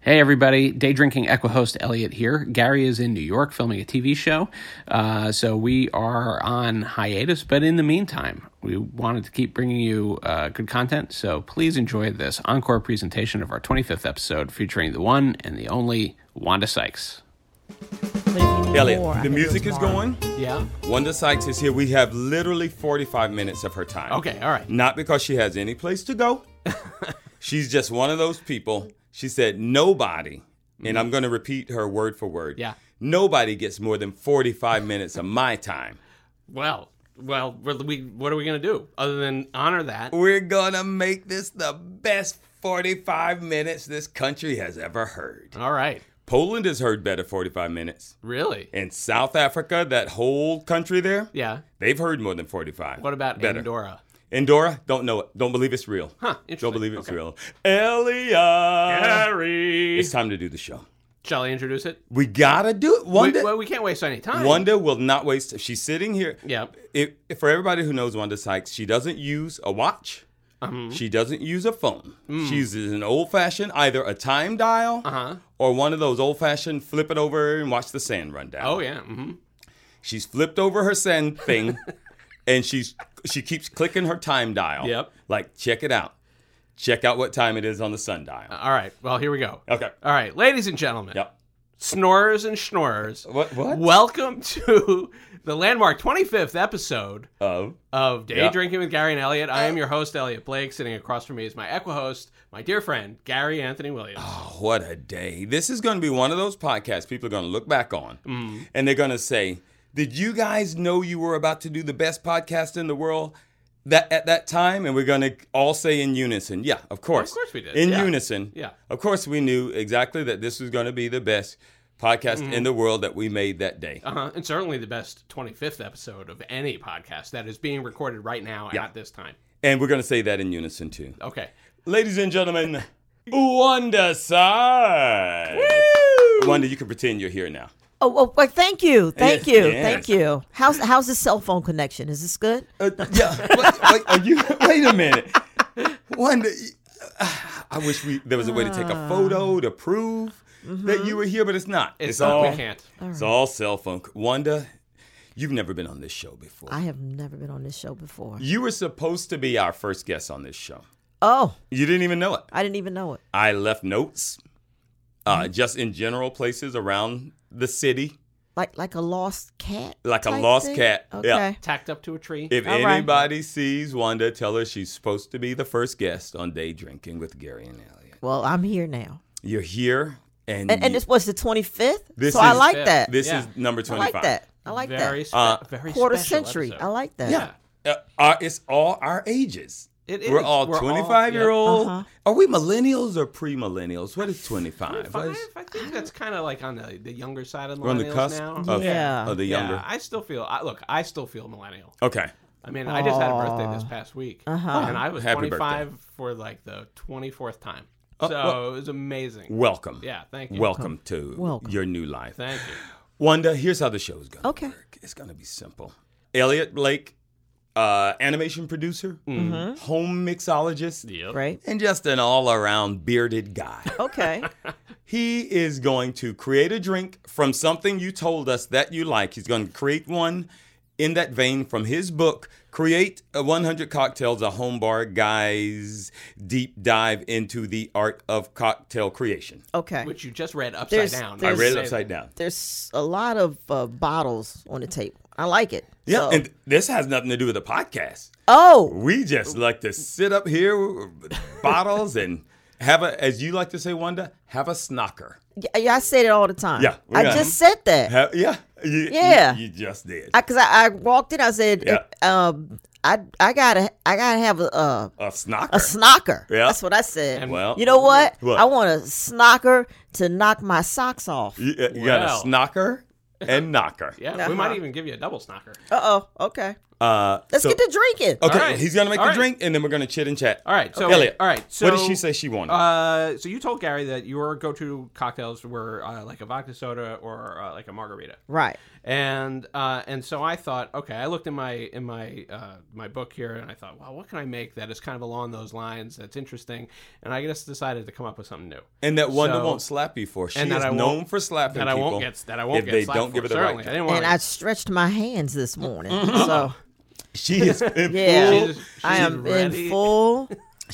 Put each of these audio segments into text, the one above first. Hey, everybody. Day Drinking Equa host Elliot here. Gary is in New York filming a TV show. Uh, so we are on hiatus. But in the meantime, we wanted to keep bringing you uh, good content. So please enjoy this encore presentation of our 25th episode featuring the one and the only Wanda Sykes. But if you need Elliot, more, I the can do music it is tomorrow. going. Yeah. Wanda Sykes is here. We have literally 45 minutes of her time. Okay. All right. Not because she has any place to go. She's just one of those people. She said, nobody, and I'm going to repeat her word for word. Mm-hmm. Yeah. Nobody gets more than 45 minutes of my time. Well, well, we, what are we going to do other than honor that? We're going to make this the best 45 minutes this country has ever heard. All right. Poland has heard better 45 minutes. Really? And South Africa, that whole country there, Yeah. they've heard more than 45. better. Andorra? Endora, don't know it. Don't believe it's real. Huh, interesting. Don't believe it's Okay. real. Elia. It's time to do the show. Shall I introduce it? We gotta do it. We, Wanda, well, we can't waste any time. Wanda will not waste. She's sitting here. Yeah. If, if for everybody who knows Wanda Sykes, she doesn't use a watch. Mm-hmm. She doesn't use a phone. Mm. She uses an old fashioned, either a time dial Uh-huh. or one of those old fashioned flip it over and watch the sand run down. Oh yeah. hmm She's flipped over her send thing, and she's she keeps clicking her time dial. Yep. Like check it out, check out what time it is on the sundial. All right. Well, here we go. Okay. All right, ladies and gentlemen, Yep. snorers and schnorers. What? What? Welcome to the landmark 25th episode Oh. of Day Yeah. Drinking with Gary and Elliot. I am your host, Elliot Blake. Sitting across from me is my equi-host, my dear friend, Gary Anthony Williams. what a day! This is going to be one of those podcasts people are going to look back on, Mm-hmm. and they're going to say, "Did you guys know you were about to do the best podcast in the world?" That at that time, and we're going to all say in unison, "Yeah, of course, course we did, in yeah. unison, Yeah. of course we knew exactly that this was going to be the best podcast in the world that we made that day." Uh-huh. And certainly the best 25th episode of any podcast that is being recorded right now at this time. And we're going to say that in unison too. Okay. Ladies and gentlemen, Wanda Sykes. Wanda, you can pretend you're here now. Oh, oh well, thank you, thank Yes, you, yes. thank you. How's how's the cell phone connection? Is this good? Uh, yeah. What, like, are you? Wait a minute. Wanda, Ah. uh, I wish we there was a way to take a photo to prove that you were here, but Mm-hmm. it's not. It's not. We can't. It's all cell phone. Wanda, you've never been on this show before. I have never been on this show before. you were supposed to be our first guest on this show. Oh, You didn't even know it. I didn't even know it. I left notes, Mm-hmm. uh, just in general places around the city. Like like a lost cat. Like a type lost thing? cat, yeah. Okay. Tacked up to a tree. If All right. anybody sees Wanda, tell her she's supposed to be the first guest on Day Drinking with Gary and Elliot. Well, I'm here now, You're here, and, and, and you- this was the 25th. Mm. This so I is- like Yeah. that. this Yeah. is number I 25. like that. I like very, that. spe- Uh, very Quarter special century. episode. I like that. Yeah. Uh, our- it's all our ages. It is. We're all We're all- 25 year old. uh-huh. Are we millennials or pre millennials? What is 25? What Five? is- I think that's kind of like on the, the younger side of millennials We're on the cusp now. of, Yeah. of the Yeah, younger. I still feel. I, look, I still feel millennial. Okay. I mean, I just had a birthday this past week, Uh-huh. and I was Happy Uh, 25 for like the 24th time. So it was amazing. Welcome. Yeah, thank you. Welcome to Welcome. your new life. Thank you. Wanda, here's how the show is going to Okay. work. It's going to be simple. Elliot Blake, uh, animation producer, Mm-hmm. home mixologist, Yep. Right. and just an all around bearded guy. Okay. he is going to create a drink from something you told us that you like. He's going to create one in that vein from his book, Create a 100 Cocktails, a Home Bar Guy's Deep Dive into the Art of Cocktail Creation. Okay. Which you just read upside There's- down. I there's- read it upside down. There's a lot of uh, bottles on the table. I like it. Yeah, So- and this has nothing to do with the podcast. oh, We just like to sit up here with bottles and have a, as you like to say, Wanda, have a snocker. y- yeah, I said it all the time. Yeah, I yeah. just said that. Have, yeah, you, Yeah. You, you just did. because I, I walked in. I said, Yeah. um, I I gotta I gotta have a uh, a snocker. a snocker. Yeah. That's what I said. And- well, you know what? What? I want a snocker to knock my socks off. you, uh, you got a Well. snocker and knocker. Yeah, Uh-huh. we might even give you a double snocker. Uh oh. Okay. Uh, Let's so- get to drinking. Okay, All right. he's gonna make All the right. drink, and then we're gonna chit and chat. All right. So Elliot, All right. So what did she say she wanted? Uh, so you told Gary that your go-to cocktails were uh, like a vodka soda or uh, like a margarita. Right. and uh, and so I thought, okay, I looked in my in my uh, my book here, and I thought, well, what can I make that is kind of along those lines that's interesting? And I just decided to come up with something new. and that one that so- won't slap you for. She and that is I won't- known for slapping that I people won't get that I won't if get they slapped don't for, give it a certainly. right. I didn't want And I stretched my hands this morning. So She is. Yeah. Mm-hmm. full- She's- I she's am ready. in full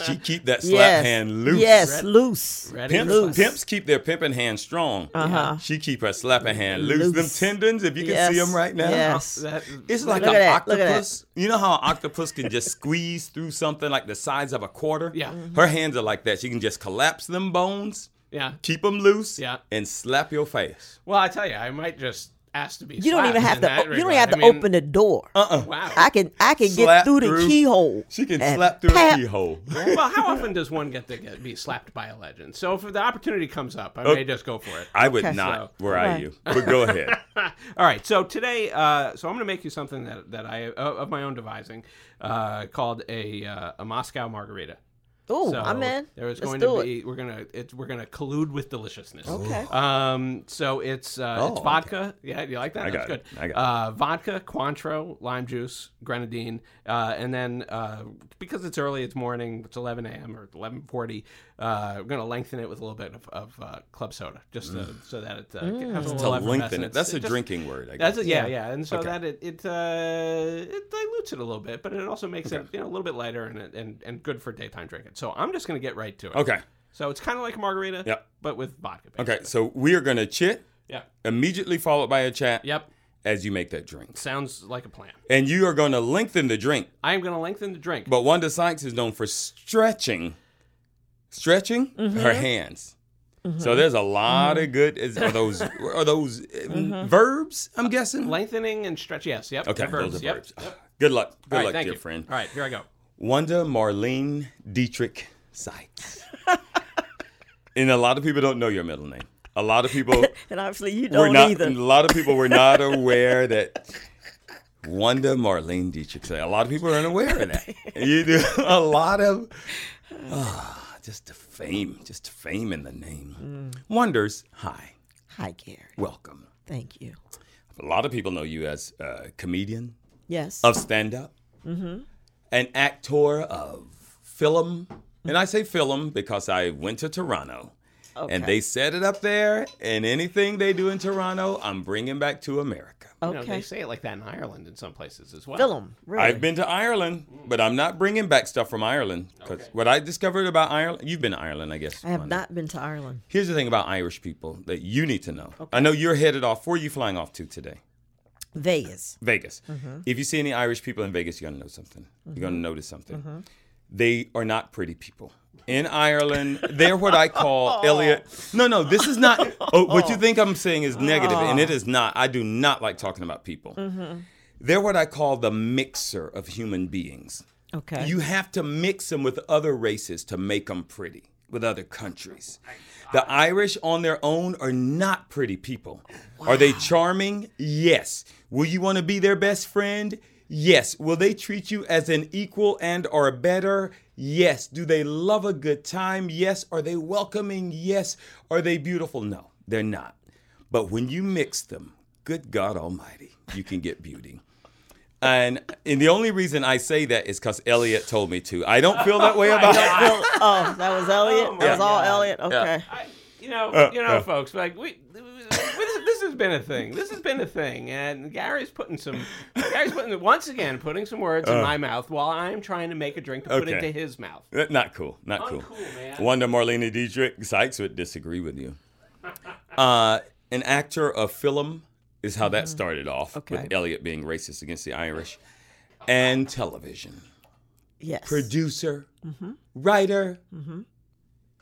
She keep that slap yes, hand loose. Yes, loose. ready to Pimps, slap. pimps keep their pimping hand strong. Uh-huh. She keep her slapping hand loose. Loose. Them tendons, if you can see Yes, them right now. yes. That- It's like Look an at that, look at that. octopus. You know how an octopus can just squeeze through something like the size of a quarter? Yeah. Mm-hmm. Mhm. Her hands are like that. She can just collapse them bones, yeah. keep them loose, Yeah. and slap your face. Well, I tell you, I might just ask to be. You don't even slapped have in to. that You don't regard. have to I mean, open the door. Uh-uh. Wow. I can. I can get Slap through the through. keyhole. She can and slap through pap. a keyhole. well, how often does one get to get, be slapped by a legend? So if the opportunity comes up, Oh. I may just go for it. I would Okay. not. So- Where are Right. you? But go ahead. All right, so today, uh, so I'm going to make you something that, that I of of my own devising, uh, called a uh, a Moscow margarita. Ooh, so I'm in. There is Let's going do to it. be we're gonna it's we're gonna collude with deliciousness. Okay. Um, so it's uh, it's Oh, vodka. Yeah, you like that? I That's got it. good. I got it. uh, vodka, Cointreau, lime juice, grenadine, uh, and then uh, because it's early, it's morning. It's 11 a.m. or 11:40. Uh, we're gonna lengthen it with a little bit of, of uh, club soda, just to, so that it uh, Mm. has a Mm. to little lengthen it. effervescence. That's It a just- drinking word. I guess. that's it. Yeah, yeah. And so Okay. that it it, uh, it dilutes it a little bit, but it also makes it you know a little bit lighter and and and good for daytime drinking. So I'm just gonna get right to it. Okay. So it's kind of like a margarita. Yep. But with vodka. Okay. basically. So we are gonna chit Yeah. immediately followed by a chat. Yep. As you make that drink, Sounds like a plan. and you are gonna lengthen the drink. I am gonna lengthen the drink. But Wanda Sykes is known for stretching, stretching Mm-hmm. her hands. So there's a lot of good. Is, Mm-hmm. are those are those uh, verbs? I'm guessing. Lengthening and stretch. Yes. Yep. okay, Mm-hmm. Uh, the verbs, those are yep. verbs. Yep. Good luck. Good All right, luck, thank dear you. friend. All right, here I go. Wanda Marlene Dietrich Sykes. and a lot of people don't know your middle name. A lot of people And obviously, you were don't not. either. A lot of people were not aware that Wanda Marlene Dietrich. Sykes- A lot of people aren't aware of that. You do a lot of ah, just the fame, just the fame in the name. Mm. Wonders. Hi, Hi, Gary. welcome. Thank you. A lot of people know you as a comedian Yes. of stand up, Mm-hmm. an actor of film. And I say film because I went to Toronto. And they set it up there, and anything they do in Toronto, I'm bringing back to America. You know, they okay. say it like that in Ireland in some places as well. Film. Really. I've been to Ireland, but I'm not bringing back stuff from Ireland because what I discovered about Ireland, you've been to Ireland, I guess. I have Wanda. not been to Ireland. Here's the thing about Irish people that you need to know. I know you're headed off. Where are you flying off to today? Vegas. Vegas. If you see any Irish people in Vegas, you're gonna know something. You're gonna notice something. They are not pretty people. In Ireland, they're what I call Elliot. No, no, this is not. Oh, what you think I'm saying is negative, and it is not. I do not like talking about people. They're what I call the mixer of human beings. Okay. You have to mix them with other races to make them pretty, with other countries. The Irish on their own are not pretty people. Are they charming? Yes. Will you want to be their best friend? Yes. Will they treat you as an equal and or better? Yes. Do they love a good time? Yes. Are they welcoming? Yes. Are they beautiful? No, they're not. But when you mix them, good God Almighty, you can get beauty. And, and the only reason I say that is because Elliot told me to. I don't feel that way about it. Well, oh, that was Elliot. my that was all God. Elliot. Okay. I, you know, Uh, you know, folks, like we. This, this has been a thing. This has been a thing, and Gary's putting some. Gary's putting once again putting some words in my mouth while I'm trying to make a drink to put Uh. okay. into his mouth. Uh, Not cool. Not cool. Uncool, man. Wanda Marlena Dietrich Sykes would disagree with you. Uh, an actor of film is how that started off Mm-hmm. Okay. with Elliot being racist against the Irish, and television Yes. producer, Mm-hmm. writer.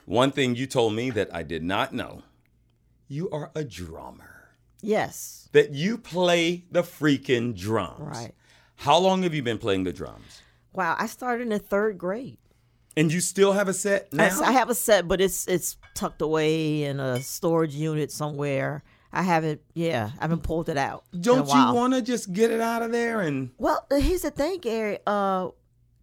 One thing you told me that I did not know: you are a drummer. yes. That you play the freaking drums. Right. How long have you been playing the drums? Wow. I started in the third grade. And you still have a set now? I, I have a set, but it's it's tucked away in a storage unit somewhere. I haven't. Yeah, I haven't pulled it out. in a Don't you while. want to just get it out of there and Well, uh, here's the thing, Gary. Uh,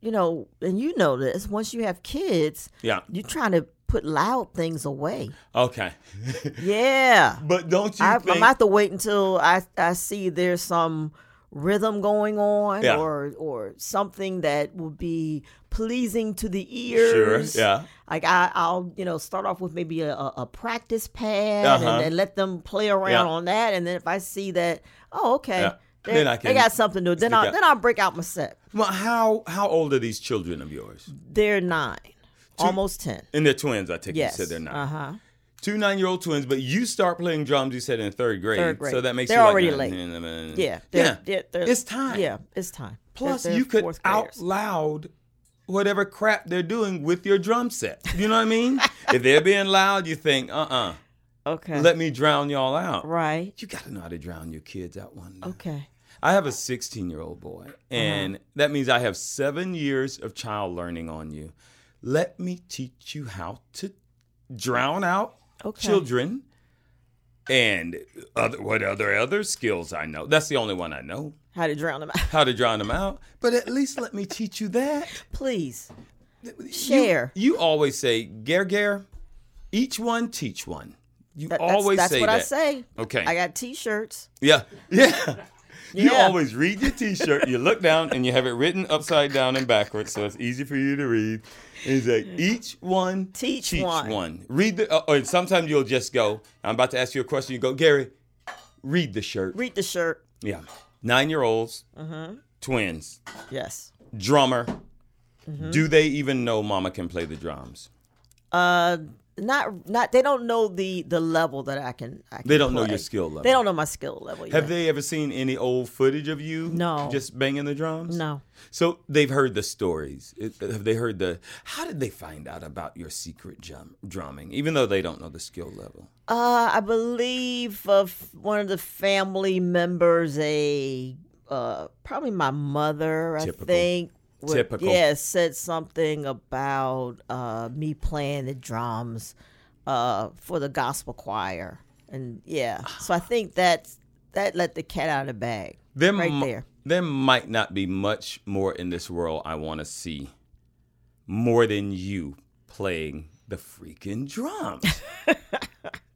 you know, and you know this. Once you have kids, yeah? you're trying to put loud things away. Okay, Yeah, but don't you I, think? I'm have to wait until I I see there's some rhythm going on Yeah. or or something that will be pleasing to the sure. ears. Yeah. Like I, I'll, you know, start off with maybe a, a a practice pad Uh-huh. and, and let them play around Yeah. on that, and then if I see that, oh, okay, Yeah. they, Then I they can got something to do, then stick I out. then I'll break out my set. Well, how how old are these children of yours? They're nine, almost ten. And they're twins. I take Yes, you said they're 9 Uh huh. Two nine year old twins, but you start playing drums. You said in third grade. Third grade. So that makes They're you like already nine- late. nine- nine- nine- nine. Yeah, they're, Yeah. they're- they're- It's time. Yeah, it's time. They're- Plus, they're you could fourth out graders. loud whatever crap they're doing with your drum set. You know what I mean? if they're being loud, you think, uh uh Okay. let me drown y'all out. right. Oh. You got to know how to drown your kids out one day. Okay. I have a 16 year old Uh-huh. boy, and that means I have seven years of child learning on you. Let me teach you how to drown out Okay. children and other, what other other skills I know. That's the only one I know How to drown them out? how to drown them out. But at least let me teach you that. Please You- share. You, always say, Gare Gare, each one teach one. You That- that's- always that's, say what that. I say. Okay. I got T-shirts. Yeah. Yeah. You Yeah. always read your T-shirt. You look down and you have it written upside down and backwards, so it's easy for you to read. And he's like, each one, Teach teach one. Read the. Uh, or sometimes you'll just go. I'm about to ask you a question. You go, Gary, read the shirt. Read the shirt. yeah. Nine year olds, Mm-hmm. twins, Yes. drummer. Mm-hmm. Do they even know Mama can play the drums? Uh, not not. They don't know the the level that I can. I can They don't know play. your skill level. They don't know my skill level. Have yeah. they ever seen any old footage of you? No. Just banging the drums? No. So they've heard the stories. It- Have they heard the? How did they find out about your secret drum, drumming? Even though they don't know the skill level. Uh, I believe of one of the family members, a uh, probably my mother, I Typical. think. would- Typical. Yeah, said something about uh, me playing the drums uh, for the gospel choir, and yeah. So I think that's that let the cat out of the bag. There right Mm. mi- there. There might not be much more in this world I want to see, more than you playing the freaking drums.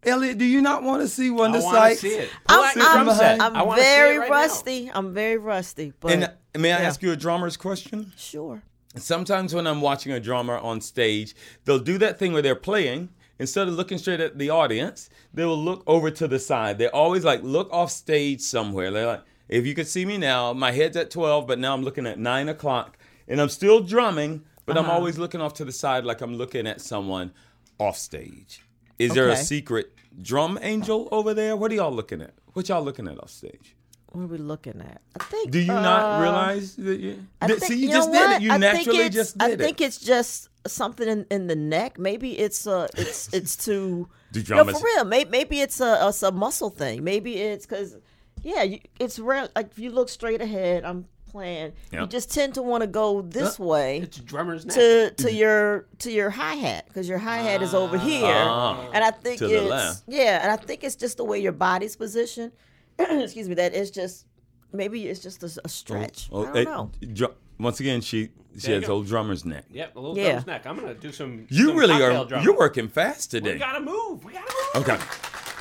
Elliot, do you not want to see one I that's wanna like? see it. Pull Oh, I'm- out your I'm- drum set. I I'm wanna see it very right now. uh, rusty. I'm very rusty, but and may I yeah. ask you a drummer's question? sure. Sometimes when I'm watching a drummer on stage, they'll do that thing where they're playing. Instead of looking straight at the audience, they will look over to the side. They're always like, look off stage somewhere. They're like, if you could see me now, my head's at 12, but now I'm looking at 9 o'clock and I'm still drumming, but Uh-huh. I'm always looking off to the side like I'm looking at someone off stage. Is there a Okay. secret drum angel over there? What are y'all looking at? What y'all looking at off stage? What are we looking at? I think. Do you not uh, realize that you? I Th- think- see, you, know just did what? it. You I think naturally it's- just did I it. think it's just something in, in the neck. Maybe it's a it's it's too. Do no, drummers- for real. Maybe, maybe it's a it's a muscle thing. Maybe it's because yeah, you, it's rare. Like if you look straight ahead, I'm playing. Yeah. You just tend to want to go this way. It's drummer's neck. To, to your to your hi hat because your hi hat is over here, Ah. and I think To the it's left. yeah, and I think it's just the way your body's positioned. Excuse me, that it's just maybe it's just a, s- a stretch. Oh, I eh, don't know. dr- once again, she she There you has go. old drummer's neck. Yep, a little Yeah. drummer's neck. I'm gonna do some. You some really cocktail are. drumming. You're working fast We today. gotta move. We gotta move. Okay,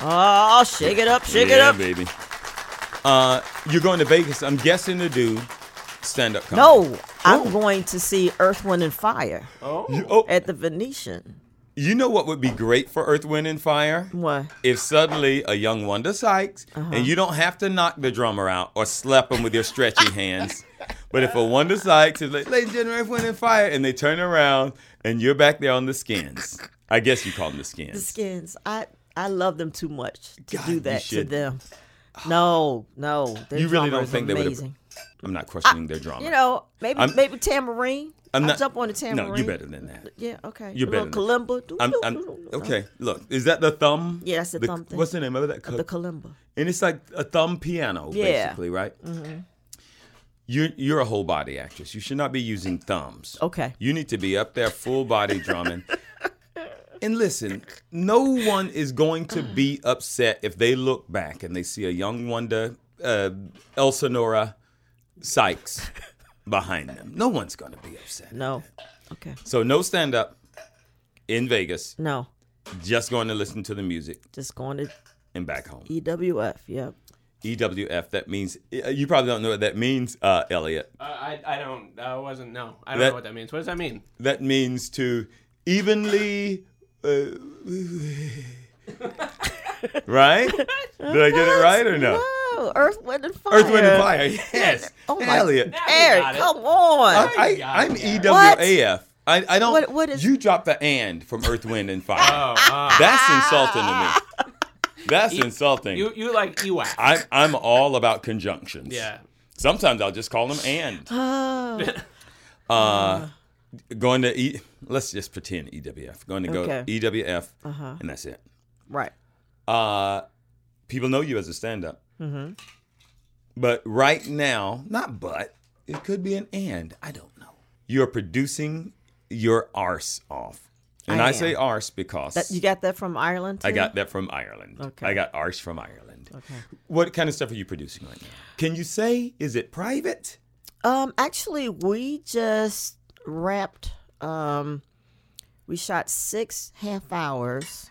Oh, shake it up, shake it yeah, up. baby. Uh, you're going to Vegas. I'm guessing to do stand up comedy. No, I'm going to see Earth, Wind, and Fire Oh, You, oh, at the Venetian. you know what would be great for Earth, Wind, and Fire? What? Uh-huh. If suddenly a young Wanda Sykes, and you don't have to knock the drummer out or slap him with your stretchy hands, but if a Wanda Sykes is like, ladies and gentlemen, Earth, Wind, and Fire, and they turn around and you're back there on the skins. I guess you call them the skins. The Skins. I I love them too much to God, you do that to should. them. No, no. Their You drummer really don't is think they would've- amazing. I'm not questioning their drama. You know, maybe I'm- maybe tambourine. I'm I'll not- jump on the tambourine. no, you're better than that. Yeah, okay. You're A better Little kalimba. I'm, I'm okay. Look, is that the thumb? Yeah, that's the thumb thing. What's the name of that? Co- The kalimba. and it's like a thumb piano, Yeah. Mm-hmm. basically, right? You're you're a whole body actress. You should not be using thumbs. Okay. You need to be up there full body drumming. And listen, no one is going to be upset if they look back and they see a young Wanda, uh, Elsinora Sykes behind them. No one's going to be upset. No. Okay. So, no stand up in Vegas, No. just going to listen to the music Just going to and back home. EWF. Yep. EWF, that means, uh, you probably don't know what that means, uh, Elliot. Uh, I I don't. I wasn't. No, I don't That- know what that means. What does that mean? That means to evenly. Uh, right? Did I get it right or no? Oh, Earth, Wind, and Fire. Earth, Wind, and Fire. Yes. Oh my Elliot. Eric, got it. come on. I, got I, I'm E it, Eric. EWAF. I, I don't. What- what is- you dropped the and from Earth, Wind, and Fire. Oh, uh, That's insulting to me. That's insulting. you you like EWAC? I'm, I'm all about conjunctions. yeah. Sometimes I'll just call them and. Uh, Oh, Going to E. Let's just pretend EWF. Going to go Okay. Uh-huh. EWF, and that's it. right. uh, people know you as a stand-up. Mm-hmm. But right now, not but, it could be an and. I don't know. You're producing your arse off. And I I, am. say arse because That you got that from Ireland? Too? I got that from Ireland. Okay. I got arse from Ireland. Okay. What kind of stuff are you producing right now? Can you say, is it private? Um, actually, we just wrapped. Um, we shot six half hours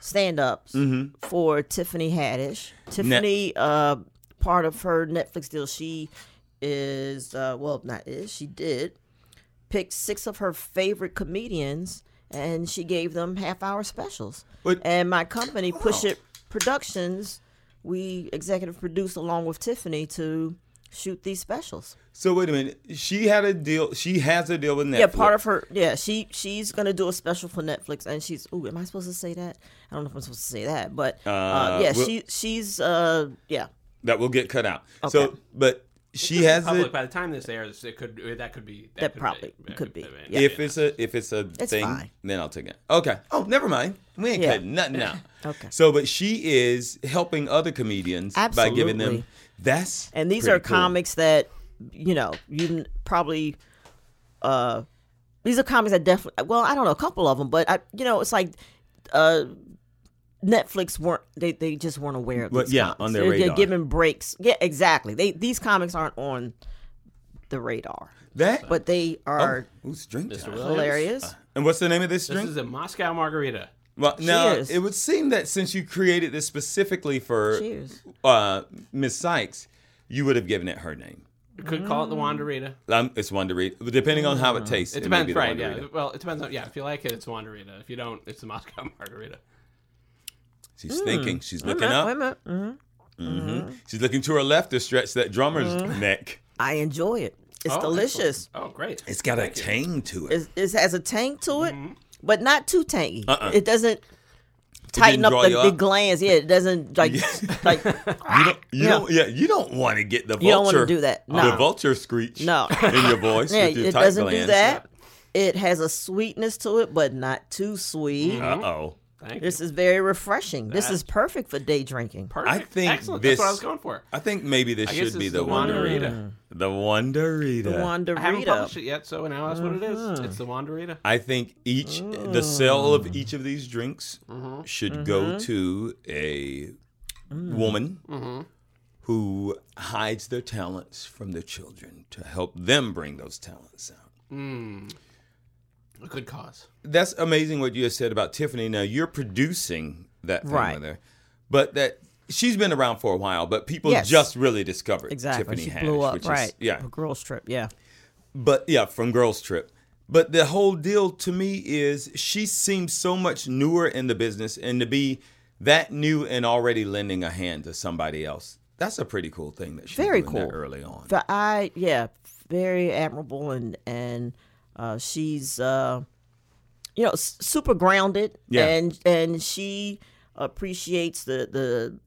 stand ups for Tiffany Haddish. Tiffany, uh, part of her Netflix deal, she is uh, well, not is she did pick six of her favorite comedians, and she gave them half hour specials. What- And my company, Push It Productions, we executive produced along with Tiffany to shoot these specials. So wait a minute. She had a deal. She has a deal with Netflix. Yeah, part of her. Yeah, she she's gonna do a special for Netflix, and she's. Ooh, am I supposed to say that? I don't know if I'm supposed to say that, but uh, Uh, yeah, we'll- she she's uh yeah that will get cut out. So, but she has Public. a. By the time this airs, it could that could be That probably could be, yeah. If it's a if it's a thing, fine. then I'll take it. Okay. Oh, never mind. We ain't Yeah. cutting nothing out. Okay. So, but she is helping other comedians by giving Absolutely. them. That's and these pretty are cool. comics that you know you n- probably uh these are comics that definitely well i don't know a couple of them but i you know it's like uh netflix weren't they, they just weren't aware of Well, these yeah, comics. on their they're, radar. they're giving breaks yeah exactly they these comics aren't on the radar That but they Oh. are who's drink time? Wilson. hilarious And what's the name of this This drink? is a Moscow margarita. well, now Cheers. it would seem that since you created this specifically for Cheers. uh, Miss Sykes, you would have given it her name. You could call it the Mm. Wanderita. Um, it's Wanderita, depending on Mm-hmm. how it tastes. It may be depends, the right? Yeah. Wanderita. Well, it depends on. Yeah, if you like it, it's Wanderita. If you don't, it's the Moscow margarita. She's thinking. She's looking Wait a up. minute. Mhm. She's looking to her left to stretch that drummer's Mm-hmm. neck. i enjoy it it's Oh, delicious excellent. Oh, great. It's got a tang to it. it's, it has a tank to it, but not too tangy. Mm-hmm. Uh-uh. It doesn't tighten up draw the, you the up? glands. Yeah, it doesn't like like You don't, you Yeah. don't, yeah, you don't want to get the vulture. You don't wanna do that. The No. vulture screech. No. in your voice. yeah, with your it tight doesn't do glands. that. It has a sweetness to it, but not too sweet. Uh oh. Thank This you. is very refreshing. This That's- is perfect for day drinking. Perfect. I think excellent. this- That's what I was going for. I think maybe this I guess should be it's the the Wanderita. Mm-hmm. Wanderita. The Wanderita. The I haven't published Wanderita. it yet, so now that's what it is. Mm-hmm. It's the Wanderita. I think each the sale Mm. of each of these drinks Mm-hmm. should go to a Mm. woman Mm-hmm. who hides their talents from their children to help them bring those talents out. A good cause. that's amazing what you just said about Tiffany. Now you're producing that thing Right. with her, but that she's been around for a while, but people Yes. just really discovered Exactly. Tiffany she Haddish, blew up. which Right. is yeah, A girls trip. Yeah. but yeah, from Girls Trip. But the whole deal to me is she seems so much newer in the business, and to be that new and already lending a hand to somebody else, that's a pretty cool thing that she's Very doing that cool. early on. The I yeah, very admirable and and uh, she's uh, you know s- super grounded Yeah. and and she appreciates the the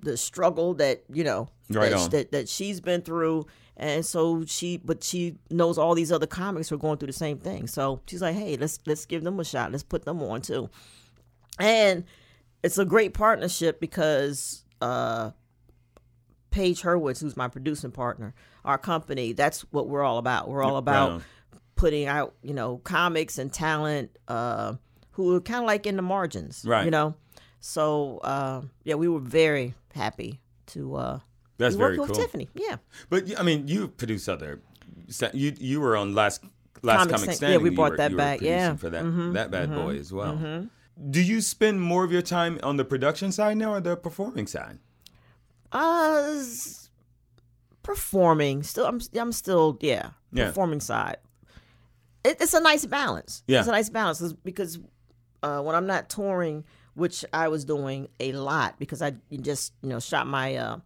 the struggle that you know Right that, on. that that she's been through and so she but she knows all these other comics who are going through the same thing so she's like hey let's let's give them a shot let's put them on too and it's a great partnership because uh Paige Hurwitz, who's my producing partner, our company, that's what we're all about. We're all about on. putting out, you know, comics and talent uh, who were kind of like in the margins, Right. You know, so uh, yeah, we were very happy to uh, That's be very working cool. with Tiffany. Yeah, But you- I mean, you produce other. sta- You you were on last last Comic comic Stand- standing. yeah, we you brought were- that you were back, yeah. Mm-hmm. producing for that that bad boy as well. Do you spend more of your time on the production side now or the performing side? uh, s- performing still. I'm I'm still yeah, Yeah. performing side. It, it's a nice balance. Yeah. it's a nice balance 'cause- because uh, when I'm not touring, which I was doing a lot because I just you know shot my uh,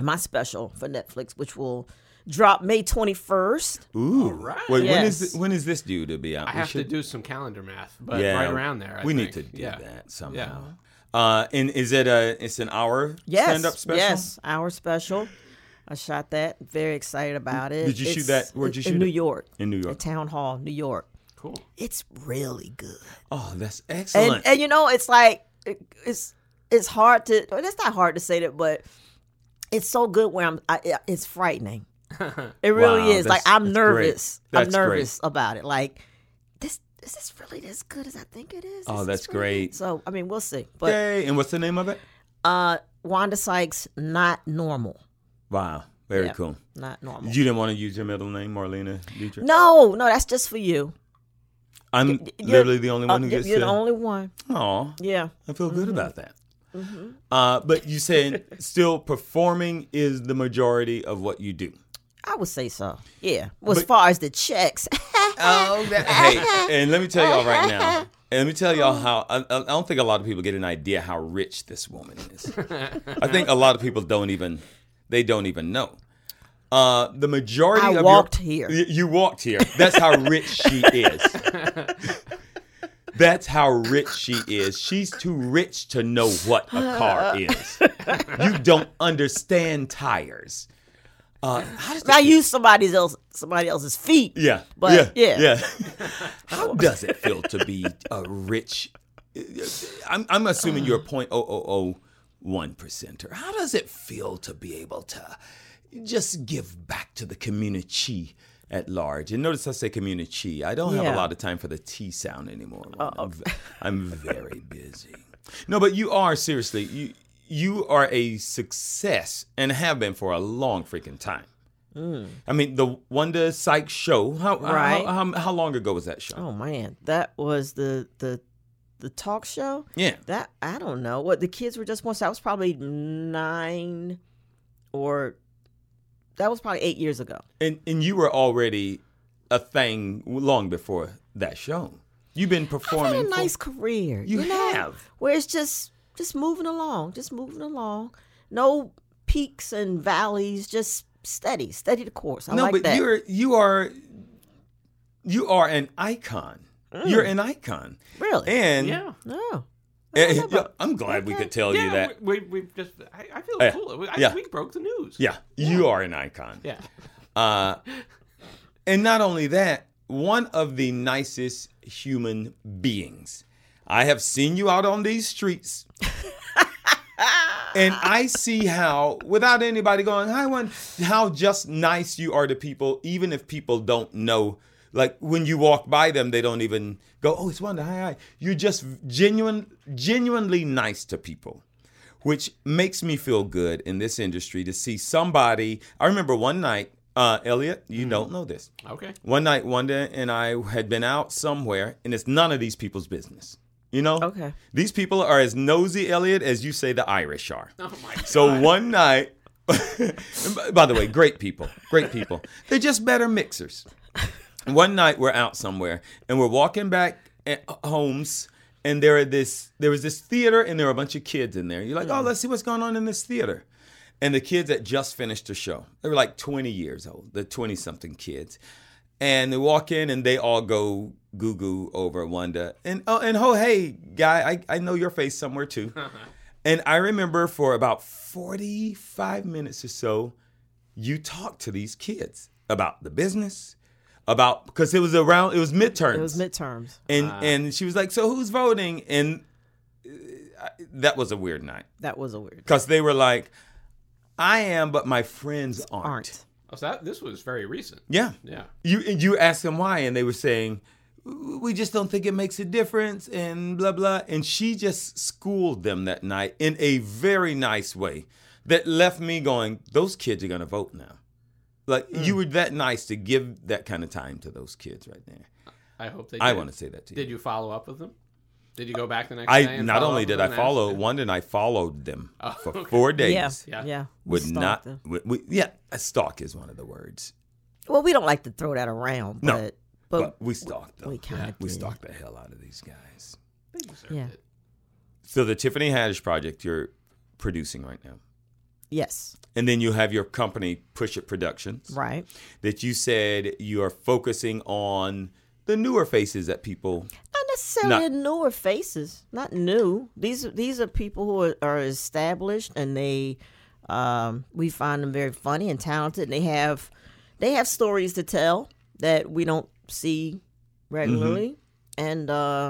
my special for Netflix, which will drop May 21st. Ooh, right. Wait, when is Yes. thi- when is this due to be out? I We have should- to do some calendar math, but right around there. I we think. need to do yeah. that somehow. Uh, and is it a? It's an hour Yes. stand-up special. Yes, our special. I shot that. Very excited about it. Did you shoot It's- that- where'd you it's shoot In New it? York. In New York. At Town Hall, New York. Cool. It's really good. Oh, that's And excellent. and you know, it's like it- it's it's hard to. Well, it's not hard to say that, but it's so good where I'm. I, it- it's frightening. It really Wow, is. Like that's- I'm that's great. nervous. I'm That's great. nervous about it. Like this. Is this really as good as I think it is? Oh, Is this that's really- great. So I mean, we'll see. But Yay! And what's the name of it? uh, Wanda Sykes, not normal. Wow, very Yeah. cool. Not normal. You didn't want to use your middle name, Marlena Dietrich. No, no, that's just for you. I'm you're- literally the only Uh, one who you're gets you're to. the Mm-hmm. only one. Aw, Yeah. I feel good about that. Mm-hmm. Uh, but you said still performing is the majority of what you do. I would say so. Yeah. Well, as But- far as the checks. Oh, that, hey, and let me tell y'all right now. And let me tell Oh. y'all how I, I don't think a lot of people get an idea how rich this woman is. I think a lot of people don't even they don't even know. Uh, the majority I of your- walked here. Y- You walked here. That's how rich she is. That's how rich she is. She's too rich to know what a car is. You don't understand tires. Uh, how does I use somebody else somebody else's feet. yeah. But, yeah. yeah. yeah. How does it feel to be a rich? I'm, I'm assuming you're a point oh oh oh one percenter. How does it feel to be able to just give back to the community at large? And notice I say community. I don't have a Yeah. Oh. lot of time for the T sound anymore. I'm, v- I'm very busy. No, but you are seriously you you are a success and have been for a long freaking time. I mean, the Wanda Sykes show. How, Mm. Right. how, how, how long ago was that show? Oh man, that was the the the talk show. Yeah. That I don't know what the kids were just once. That was probably nine or that was probably eight years ago. And and you were already a thing long before that show. You've been I've performing. had a for- nice career. You You, know, have. Where it's just just moving along, just moving along. No peaks and valleys, just steady, steady the course. I no, like but that. you're you are you are an icon. Mm. You're an icon. really? Oh, And Yeah. no. and- I'm glad we could tell you Yeah, that. we, we, we just, I, I feel Yeah. cool. We- I, Yeah. We broke the news. yeah, you are an icon. Yeah. Uh, and not only that, one of the nicest human beings. I have seen you out on these streets. and I see how, without anybody going, I want, how just nice you are to people, even if people don't know. Like when you walk by them, they don't even go, oh, it's Wanda, hi, hi. You're just genuine, genuinely nice to people which makes me feel good in this industry to see somebody. I remember one night, uh, Elliot, you don't know this. Okay. One night, Wanda and I had been out somewhere, and it's none of these people's business. You know? Okay. These people are as nosy, Elliot, as you say the Irish are. Oh my God. So one night, by the way, great people, great people. They're just better mixers. One night we're out somewhere and we're walking back at homes, and there are this there was this theater and there were a bunch of kids in there. You're like, oh, Hmm. let's see what's going on in this theater. And the kids that just finished the show, they were like 20 years old, the 20 something kids. And they walk in and they all go goo goo over Wanda. And oh, and oh, hey, guy, I, I know your face somewhere too. And I remember for about 45 minutes or so, you talked to these kids about the business, about because it was around it was midterms. It was midterms. and and she was like, "So who's voting?" And uh, I- that was a weird night That was a weird. because they were like, "I am, but my friends aren't." Aren't. Oh, so that, this was very recent. Yeah. Yeah. You and you asked them why, and they were saying, we just don't think it makes a difference and blah blah and she just schooled them that night in a very nice way that left me going those kids are going to vote now like Hmm. you were that nice to give that kind of time to those kids right there I hope they. Did. i want to say that to you Did you follow up with them? Did you go back the next day? i and not follow only up did with i them? Oh, follow one and i followed them for four days Yeah, Yeah. yeah. We would stalked not them. would- would- yeah a stalk is one of the words Well, we don't like to throw that around, No. but but but, we stalked them Oh, we kinda we did. stalked the hell out of these guys They deserved Yeah. it. so the tiffany haddish project you're producing right now yes, And then you have your company, Push It Productions, right. that you said you are focusing on the newer faces that people. Not necessarily newer faces, not new. These these are people who are, are established, and they um, we find them very funny and talented. And they have they have stories to tell that we don't see regularly, Mm-hmm. and uh,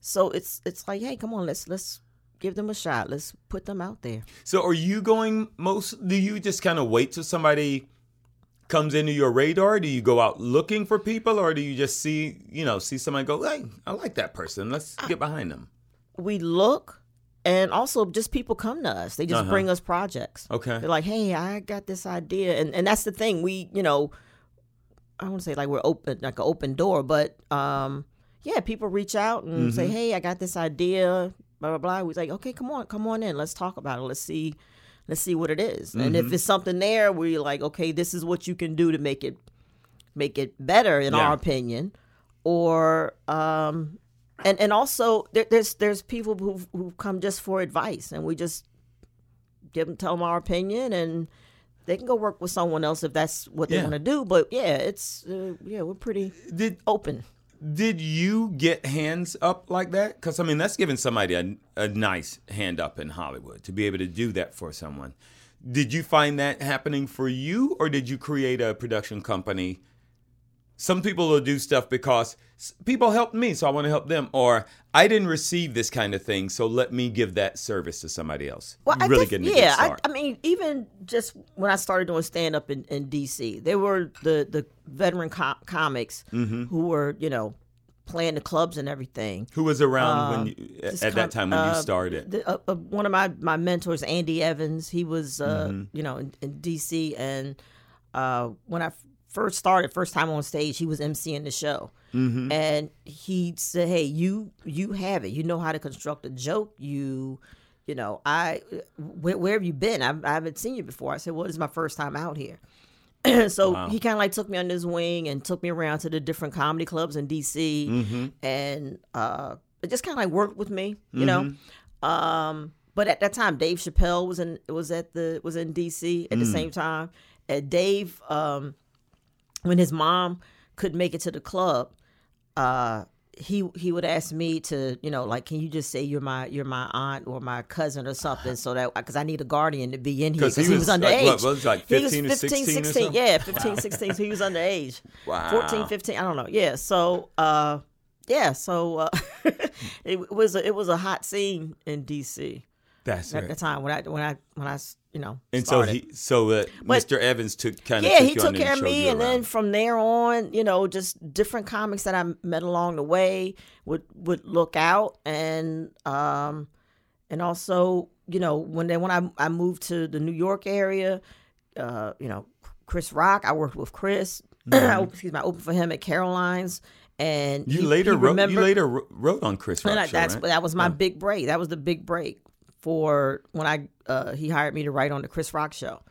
so it's it's like, hey, come on, let's let's give them a shot. Let's put them out there. So are you going most? Do you just kind of wait till somebody comes into your radar? Do you go out looking for people, or do you just see you know see somebody go, hey, I like that person, let's get behind them? we look and also just people come to us they just Uh-huh. bring us projects Okay. they're like hey i got this idea and and that's the thing we you know i wouldn't say like we're open like an open door but um yeah people reach out and say Mm-hmm. hey i got this idea blah blah blah we like okay come on come on in let's talk about it let's see let's see what it is. and Mm-hmm. if it's something there where you're like okay this is what you can do to make it make it better in Yeah. our opinion or um and and also there, there's there's people who who come just for advice and we just give them tell them our opinion and they can go work with someone else if that's what they Yeah. want to do but yeah it's uh, yeah we're pretty Did open did you get hands up like that? Because I mean, that's giving somebody a, a nice hand up in Hollywood to be able to do that for someone. Did you find that happening for you, or did you create a production company? Some people will do stuff because s- people helped me, so I want to help them, or I didn't receive this kind of thing, so let me give that service to somebody else. You really def- getting a yeah, good start. I, I mean, even just when I started doing stand up in, in D.C., there were the the veteran com- comics Mm-hmm. who were you know playing the clubs and everything. Who was around when you, at just that com- time when you uh, started? The, uh, uh, one of my my mentors, Andy Evans, he was uh, you know in, in D.C. and uh, when I f- first started, first time on stage, he was emceeing the show. And he said, "Hey, you you have it. You know how to construct a joke. You, you know, I where, where have you been? I, I haven't seen you before." I said, "Well, this is my first time out here." so he kind of like took me under his wing and took me around to the different comedy clubs in DC, and uh, it just kind of like worked with me, you know. Um, but at that time, Dave Chappelle was in was at the was in DC at the Hmm. same time. And Dave, um, when his mom couldn't make it to the club, uh, he he would ask me to you know like can you just say you're my you're my aunt or my cousin or something so that because I need a guardian to be in here 'Cause because he he, was, was, like, underage. what, was it, like, He was 15 or 16 or something? yeah, 15, 16. So he was underage. Wow. 14, 15, I don't know. Yeah. So, uh, yeah. So uh, it was a, it was a hot scene in D.C. That's at the right. time when I when I when I you know. And so started. he, so uh, But- Mr. Evans took kind of Yeah, took he you took under and care of showed me, you and then around. from there on, you know, just different comics that I met along the way would would look out, and um, and also, you know, when then when I I moved to the New York area, uh, you know, Chris Rock, I worked with Chris. I op- excuse me, I opened for him at Caroline's, and Mm-hmm. You he- later he wrote. remembered- You later wr- wrote on Chris Rock and I- show, that's right? that was my big break. That was the big break for when I uh, he hired me to write on the Chris Rock show,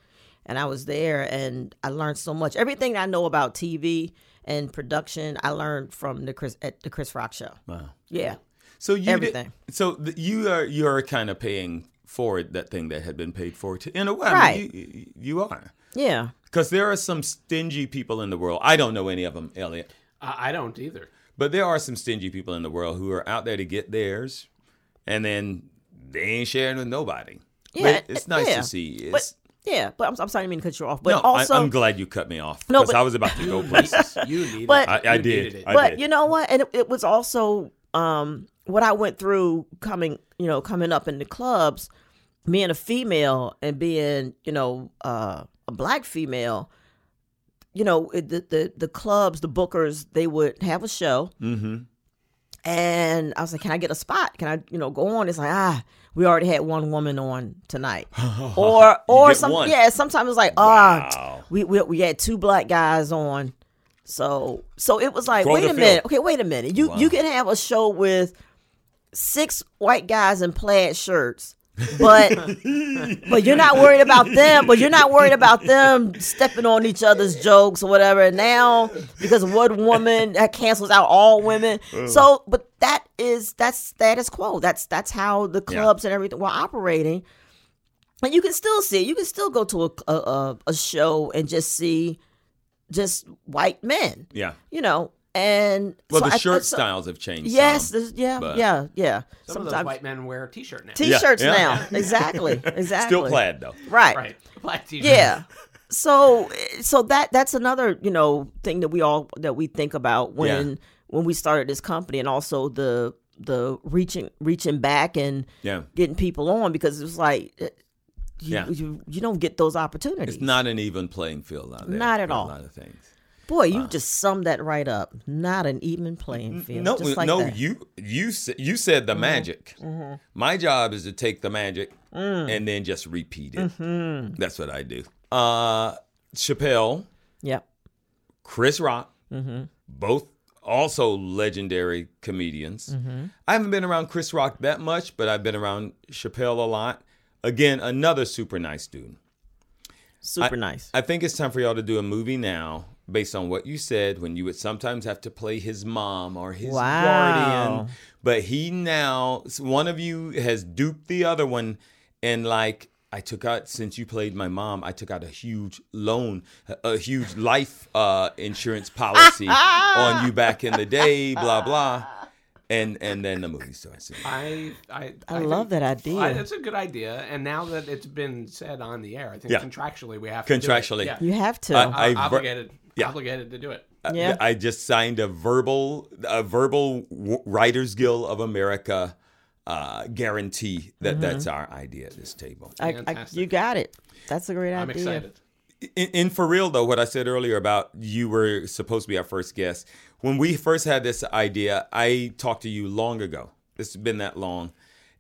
and I was there and I learned so much. Everything I know about TV and production, I learned from the Chris at the Chris Rock show. Wow. Yeah, So you did- Everything. so th- you are you are kind of paying forward that thing that had been paid forward to, in a way. I mean, Right. you, you are yeah. because there are some stingy people in the world. I don't know any of them, Elliot, I, I don't either. but there are some stingy people in the world who are out there to get theirs, and then they ain't sharing with nobody. Yeah, uh, But it's nice yeah. to see. It's, But yeah, but I'm, I'm sorry, I didn't mean to cut you off. But no, also, I, am glad you cut me off No, because but- I was about to go places. You needed But- it. I- I You did. needed it. I- But but did. you know what and it, it was also um what i went through coming you know coming up in the clubs being a female and being you know uh a black female you know, it- the the, the clubs, the bookers, they would have a show. Mm-hmm. And I was like, can I get a spot? Can I, you know, go on? It's like, ah, we already had one woman on tonight. or or get some one. yeah, sometimes it's like, ah, Wow. we, we we had two black guys on. So so it was like, Grow wait the a minute. field. Okay, wait a minute. You you can have a show with six white guys in plaid shirts. But but you're not worried about them, but you're not worried about them stepping on each other's jokes or whatever. And now because one woman that cancels out all women. So but that is that's status quo. That's that's how the clubs and everything were operating. And you can still see it. You can still go to a a, a, a show and just see just white men. Yeah. You know, and Well, so the I- shirt so- styles have changed. Yes, some. there's- yeah, but- yeah, yeah. Some of those Sometimes white men wear t-shirt now. t-shirts Yeah, yeah. now, exactly, exactly. still plaid though. right? right. Black t-shirt. Yeah. So, so that that's another you know thing that we all that we think about when Yeah. when we started this company, and also the the reaching reaching back and Yeah. getting people on because it was like eh, you, Yeah. you you don't get those opportunities. It's not an even playing field out there. Not at for all. A lot of things. Boy, you just summed that right up. Not an even playing field. No, just like Mm-hmm. no, that. you you s- you said the magic. My job is to take the magic Mm. and then just repeat it. Mm-hmm. That's what I do. Uh, Chappelle, yep. Chris Rock, Mm-hmm. both also legendary comedians. Mm-hmm. I haven't been around Chris Rock that much, but I've been around Chappelle a lot. Again, another super nice dude. Super nice. I think it's time for y'all to do a movie now based on what you said when you would sometimes have to play his mom or his Wow. guardian. But he now, one of you has duped the other one. And like, I took out, since you played my mom, I took out a huge loan, a- a huge life uh, insurance policy on you back in the day, blah, blah. And and then the movie starts. I I, I love that idea. I, that's a good idea. And now that it's been said on the air, I think Yeah. contractually we have Contractually. to do it. you have to. I- I'm ver- obligated yeah. obligated to do it. yeah. I just signed a verbal a verbal w- Writers Guild of America uh, guarantee that that's our idea at this table. I, I, Fantastic. you got it. That's a great I'm idea. excited. In, in for real though, what I said earlier about you were supposed to be our first guest when we first had this idea, I talked to you long ago. It's been that long.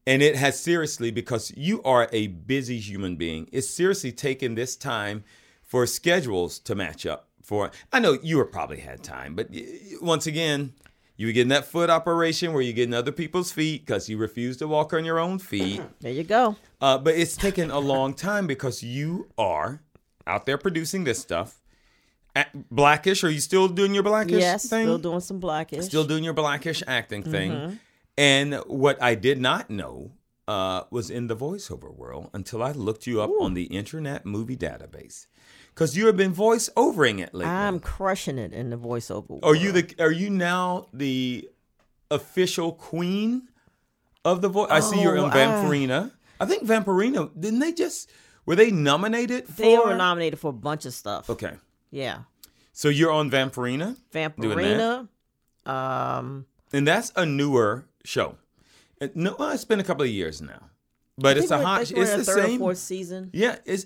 And it has seriously, because you are a busy human being, it's seriously taken this time for schedules to match up. For I know you were probably had time, but y- y- once again, you were getting that foot operation where you're getting other people's feet because you refuse to walk on your own feet. There you go. Uh, but it's taken a long time because you are out there producing this stuff. At- blackish, are you still doing your blackish Yes, thing? still doing some blackish. Mm-hmm. Still doing your blackish acting thing. And what I did not know uh, was in the voiceover world until I looked you up on the Internet Movie Database. Because you have been voiceovering it lately. I'm crushing it in the voiceover. are you the? Are you now the official queen of the voice? I see you're Oh, in ah. Vampirina. I think Vampirina. Didn't they just? Were they nominated for? They were nominated for a bunch of stuff. Okay, Yeah, so you're on Vampirina, Vampirina. Um, and that's a newer show. Uh, No, well, it's been a couple of years now, but it's a hot. We're It's in the third same. or fourth season. Yeah, it's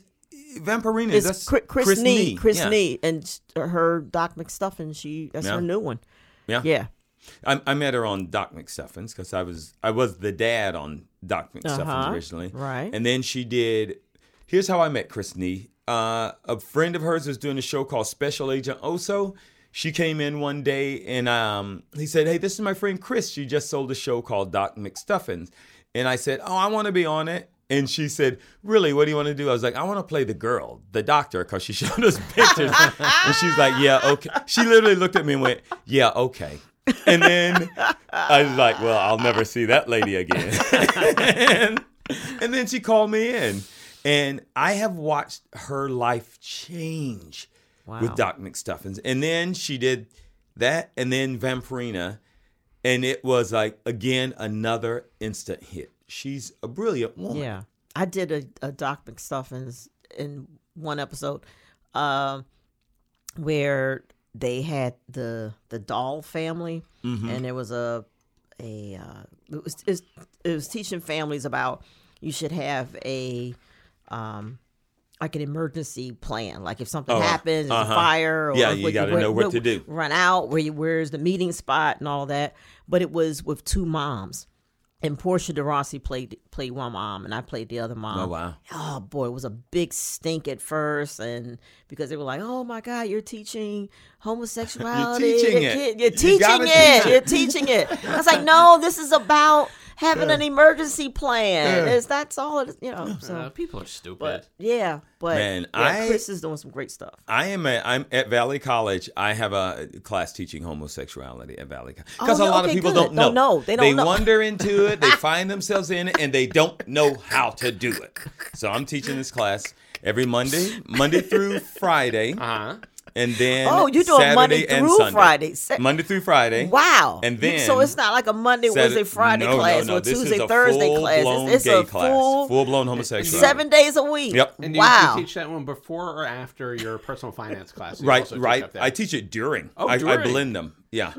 Vampirina. It's that's Chris, Chris, Nee, Chris yeah. Nee, and sh- her Doc McStuffin. She that's Yeah. her new one. Yeah. Yeah. I, I met her on Doc McStuffins because I was I was the dad on Doc McStuffins Uh-huh, originally, right. And then she did. Here's how I met Chris Nee. Uh, a friend of hers was doing a show called Special Agent Oso. She came in one day and um, he said, "Hey, this is my friend Chris. She just sold a show called Doc McStuffins." And I said, "Oh, I want to be on it." And she said, "Really? What do you want to do?" I was like, "I want to play the girl, the doctor," because she showed us pictures. and she's like, "Yeah, okay." She literally looked at me and went, "Yeah, okay." And then I was like, well, I'll never see that lady again. and, and then she called me in. And I have watched her life change Wow. with Doc McStuffins. And then she did that and then Vampirina. And it was like, again, another instant hit. She's a brilliant woman. Yeah. I did a, a Doc McStuffins in one episode um, where they had the the doll family Mm-hmm. and there was a a uh, it, was, it was it was teaching families about you should have a um like an emergency plan. Like if something Oh, happens, there's uh-huh. a fire, or Yeah, if you we- gotta where- know what where- to do. Run out. Where you, where's the meeting spot and all that. But it was with two moms, and Portia de Rossi played played one mom, and I played the other mom. Oh, wow. Oh boy, it was a big stink at first, and because they were like, "Oh my God, you're teaching homosexuality. teaching You're it. kid- You You're teaching gotta it. teach it." You're teaching it." I was like, "No, this is about having an emergency plan. It's, that's all. It, you know." So Uh, people are stupid. but yeah, but Man, yeah, I- Chris is doing some great stuff. I am a, I'm at Valley College. I have a class teaching homosexuality at Valley College because Oh, a yeah, lot of okay, people good. don't know. Don't know. They don't know. wander into it. They find themselves in it, and they don't know how to do it. So I'm teaching this class every Monday, Monday through Friday, uh-huh. and then Oh, you're doing Saturday Monday and through Sunday. Friday. Sa- Monday through Friday. Wow. And You- then so it's not like a Monday, Saturday- Wednesday, Friday No, no, class no, or this is Tuesday, a Thursday class. full-blown It's, it's gay a class, full, blown homosexual. seven days a week. Yep. And you, wow. you teach that one before or after your personal finance class? You Right, also teach right. up there. I teach it during. Oh, I, I during. blend them. Yeah,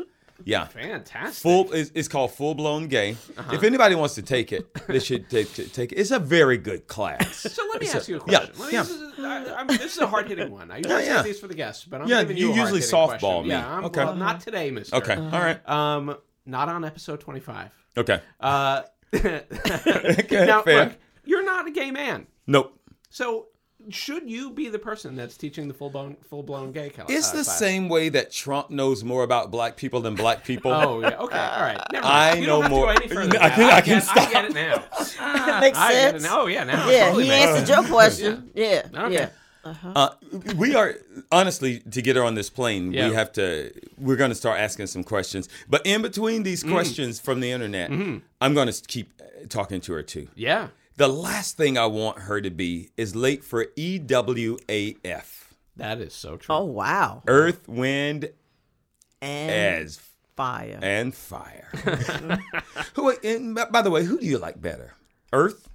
yeah. Fantastic. Full is it's called full blown gay. Uh-huh. If anybody wants to take it, they should take take it. It's a very good class. So let me ask you a yeah, question. Let me- yeah. This, is, I, I'm, this is a hard hitting one. I usually Yeah, yeah. save these for the guests, but I'm Yeah, giving you, you a usually hard-hitting question. softball me. Yeah, I'm, Okay. well, not today, Mister. Okay, all right, Um, not on episode 25. okay. Uh, now, fair. look, you're not a gay man, Nope. so should you be the person that's teaching the full blown full blown gay col- It's uh, the class? same way that Trump knows more about black people than black people. Oh yeah. Okay. All right. Never mind. I You don't know have to more- go any further No, I now. can- I can get, stop. I get it now. Ah, Makes I get it sense. now. Oh yeah. Now. it yeah, totally he makes sense. answered your question. Yeah. Yeah. Okay. Uh, we are honestly to get her on this plane. Yeah. We have to. We're going to start asking some questions. But in between these Mm. questions from the internet, Mm-hmm. I'm going to keep uh, talking to her too. Yeah. The last thing I want her to be is late for E EWAF. That is so true. Oh wow. Earth, wind, Mm. And as fire. and fire. who? And b- by the way, who do you like better? Earth,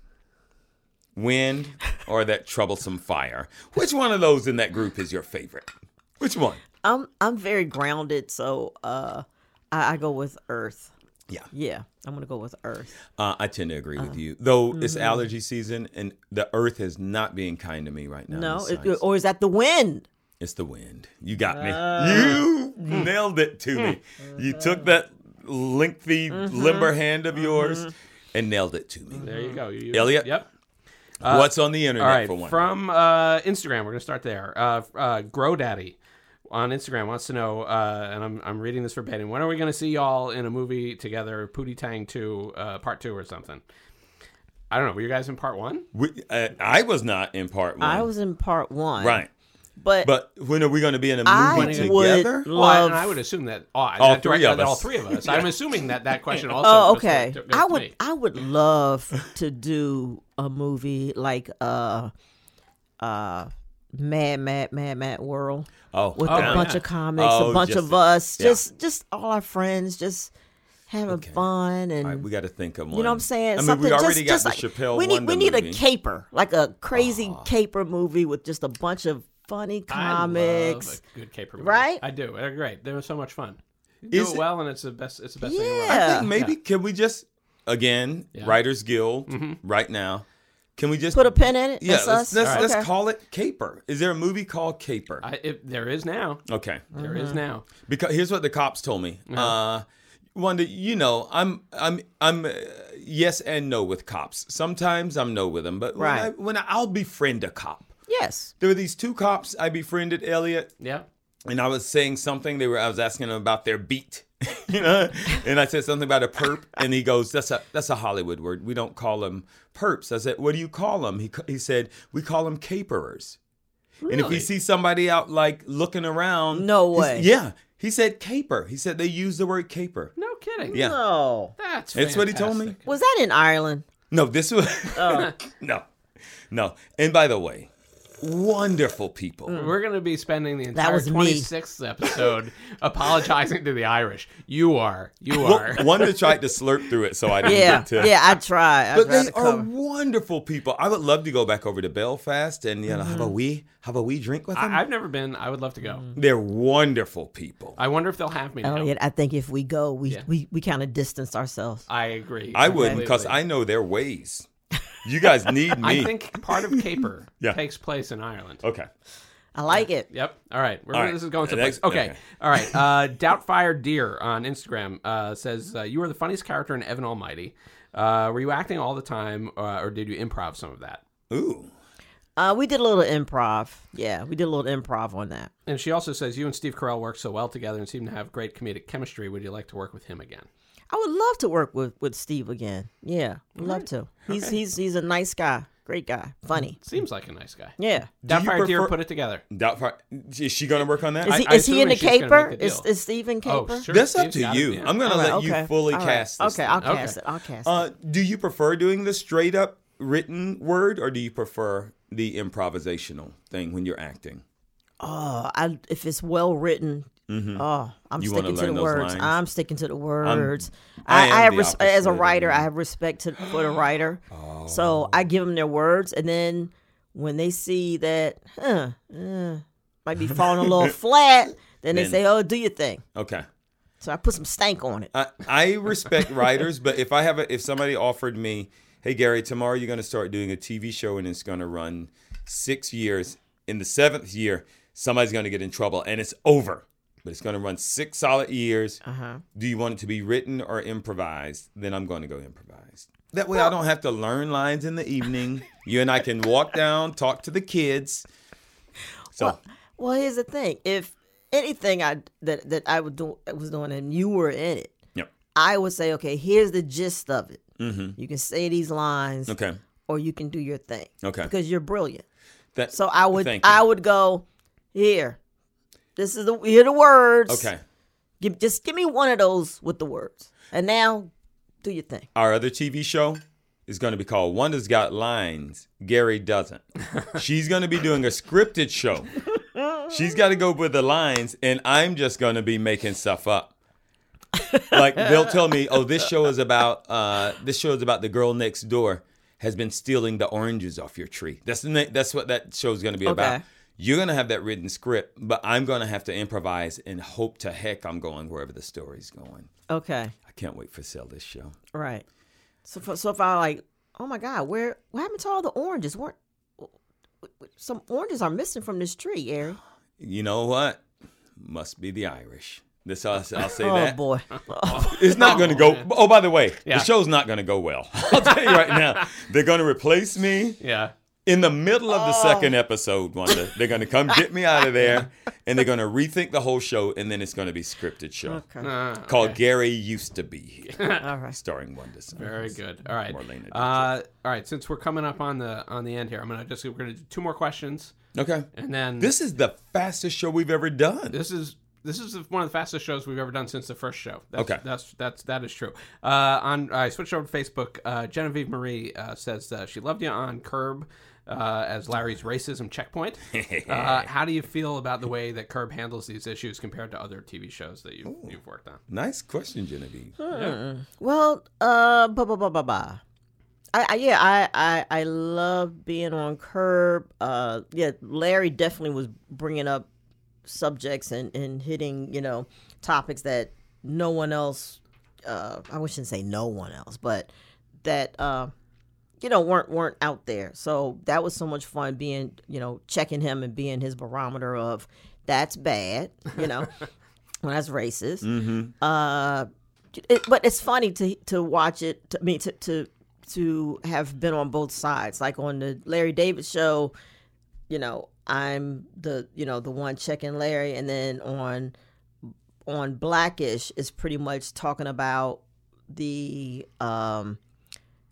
wind, or that troublesome fire? Which one of those in that group is your favorite? Which one? I'm I'm very grounded, so uh, I, I go with Earth. Yeah. Yeah, I'm gonna go with Earth. Uh, mm-hmm. I tend to agree with you, though it's allergy season and the earth is not being kind to me right now. No, Miss it- Science. or is that the wind? It's the wind. You got me. Uh, you mm-hmm. nailed it to me. You took that lengthy, mm-hmm. limber hand of yours and nailed it to me. There you go. You, Elliot? Yep. What's on the internet All right, for one? from uh, Instagram, we're gonna start there. Uh, uh, Grow Daddy on Instagram wants to know, uh, and I'm, I'm reading this verbatim. When are we gonna see y'all in a movie together, Pootie Tang Two, uh, Part Two or something? I don't know. Were you guys in Part One? We- uh, I was not in part one. I was in part one, right. But, But when are we going to be in a I movie would together? Well, I, and Love- I would assume that oh, all All that three directed of at all us. three of us. I'm assuming that that question also. oh, goes to- okay. to- goes I to would me. I would love to do a movie like uh, uh, Mad Mad Mad Mad World oh, with damn. a bunch of comics, Oh, a bunch just of the- us, yeah. just just all our friends, just having fun and All right, we got to think of one. You know what I'm saying? I mean, Something we already just, got just the like, Chappelle We need Wonder we need movie. a caper, like a crazy caper movie with just a bunch of funny I love comics. a good caper, movie. right? I do. They're great. They were so much fun. You do Is it it- well, and it's the best. It's the best thing. Yeah. Around. I think maybe can we just again Writers Guild right now? Can we just Put a pin in it. yeah? That's us. let's let's, let's Okay. call it Caper. Is there a movie called Caper? I, if, there is now. okay, There Uh-huh. is now. because here's what the cops told me. Uh, Wanda, you know, I'm I'm I'm uh, yes and no with cops. Sometimes I'm no with them, but when Right. I, when I, I'll befriend a cop. yes. There were these two cops I befriended, Elliot, Yeah. and I was saying something. They were I was asking them about their beat, you know, and I said something about a perp, and he goes, "That's a that's a Hollywood word. We don't call them perps." I said, "What do you call them?" He ca- he said, "We call them caperers." And if Really? he sees somebody out like looking around, No he's- way. Yeah, he said caper. He said they use the word caper. No kidding. Yeah. No. That's That's what he told me. fantastic. Was that in Ireland? No, this was Uh. no, no. And by the way, wonderful people. Mm. We're going to be spending the That entire was me. 26th episode apologizing to the Irish. You are. You are. Well, Wanda tried to slurp through it, so I didn't Yeah. get to. yeah, I try. I But try they to are cover. wonderful people. I would love to go back over to Belfast and you know have a Mm-hmm. wee have a wee drink with them. I, I've never been. I would love to go. They're wonderful people. I, I wonder if theyll have Oh, me now. Elliot, I think if we go, we Yeah. we, we kind of distance ourselves. I agree. would would because completely. I know their ways. You guys need me. I think part of Caper Yeah. takes place in Ireland. okay. I like it. Yep. All right. We're, All right. This is going to Next- place. Okay. okay. All right. Uh, Doubtfire Deer on Instagram uh, says, uh, You are the funniest character in Evan Almighty. Uh, were you acting all the time, uh, or did you improv some of that? Ooh. Uh, we did a little improv. Yeah, we did a little improv on that. And she also says, You and Steve Carell work so well together and seem to have great comedic chemistry. Would you like to work with him again? I would love to work with, with Steve again. Yeah, would love to. He's he's he's a nice guy, great guy, funny. Seems like a nice guy. Yeah. you Doubtfire Deer prefer- put it together. Doubtfire. Is she going to work on that? Is he I is he in assume the she's gonna caper? make the Is deal. is Steve in caper? Oh, sure. That's up Steve's to got it, you. yeah. I'm going to All right, let you okay. fully All right. cast this. Okay, thing. I'll Okay. cast it. I'll cast it. Uh, do you prefer doing the straight up written word or do you prefer the improvisational thing when you're acting? Oh, I, if it's well written, oh, I'm Mm-hmm. You wanna sticking to learn the those words. lines? I'm sticking to the words. I I, am I have the res- as opposite, Mm-hmm. a writer, yeah. I have respect to, for the writer. Oh. So I give them their words, and then when they see that, huh, uh, might be falling a little flat, then they Then- say, "Oh, do your thing." Okay. So I put some stank on it. I, I respect writers, but if I have a, if somebody offered me, hey Gary, tomorrow you're going to start doing a TV show and it's going to run six years. In the seventh year, somebody's going to get in trouble and it's over. But it's going to run six solid years. Uh-huh. Do you want it to be written or improvised? Then I'm going to go improvised. That way, I don't have to learn lines in the evening. you and I can walk down, talk to the kids. So Well, here's the thing: if anything I that that I would do was doing, and you were in it, Yep. I would say, "Okay, here's the gist of it. Mm-hmm. You can say these lines." Okay. or you can do your thing. Okay. Because you're brilliant. That, So I would Thank you. I would go here. This is the here are the words. okay. Give, just give me one of those with the words. And now do your thing. Our other TV show is going to be called Wanda's Got Lines, Gary Doesn't. She's going to be doing a scripted show. She's got to go with the lines, and I'm just going to be making stuff up. like they'll tell me, "Oh, this show is about uh, this show is about the girl next door has been stealing the oranges off your tree." That's the na- that's what that show is going to be about. Okay. You're going to have that written script, but I'm going to have to improvise and hope to heck I'm going wherever the story's going. Okay. I can't wait for sell this show. Right. So for, so if I like, oh my God, where what happened to all the oranges? Weren't some oranges are missing from this tree, Eric. You know what? Must be the Irish. This I'll, I'll say Oh that. boy. It's not going to go. Oh, by the way, Yeah. the show's not going to go well. I'll tell you right now. They're going to replace me Yeah. in the middle of the Oh. second episode. One, day. they're going to come get me out of there, and they're going to rethink the whole show, and then it's going to be scripted show Okay. Uh, called "Gary Used to Be Here," All right. starring Wanda. Sykes. Very good. All right. Marlena did Uh, all right. Since we're coming up on the on the end here, I'm gonna just we're gonna do two more questions, Okay. and then This is the fastest show we've ever done. this is this is one of the fastest shows we've ever done since the first show. That's, Okay. that's that's that is true. Uh, on I switched over to Facebook. Uh, Genevieve Marie uh, says uh, she loved you on Curb uh, as Larry's racism checkpoint. uh, how do you feel about the way that Curb handles these issues compared to other TV shows that you you've worked on? Nice question, Genevieve. Well, uh, ba ba ba ba ba. I, I yeah, I, I I love being on curb. Uh, yeah, Larry definitely was bringing up subjects and and hitting you know topics that no one else. Uh, I shouldn't say no one else, but that uh, you know weren't weren't out there. So that was so much fun being you know checking him and being his barometer of that's bad. You know, well, that's racist Mm-hmm. uh, it, but it's funny to to watch it. To, I mean, to, to to have been on both sides, like on the Larry David show, you know, I'm the you know the one checking Larry, and then on on Blackish is pretty much talking about the um.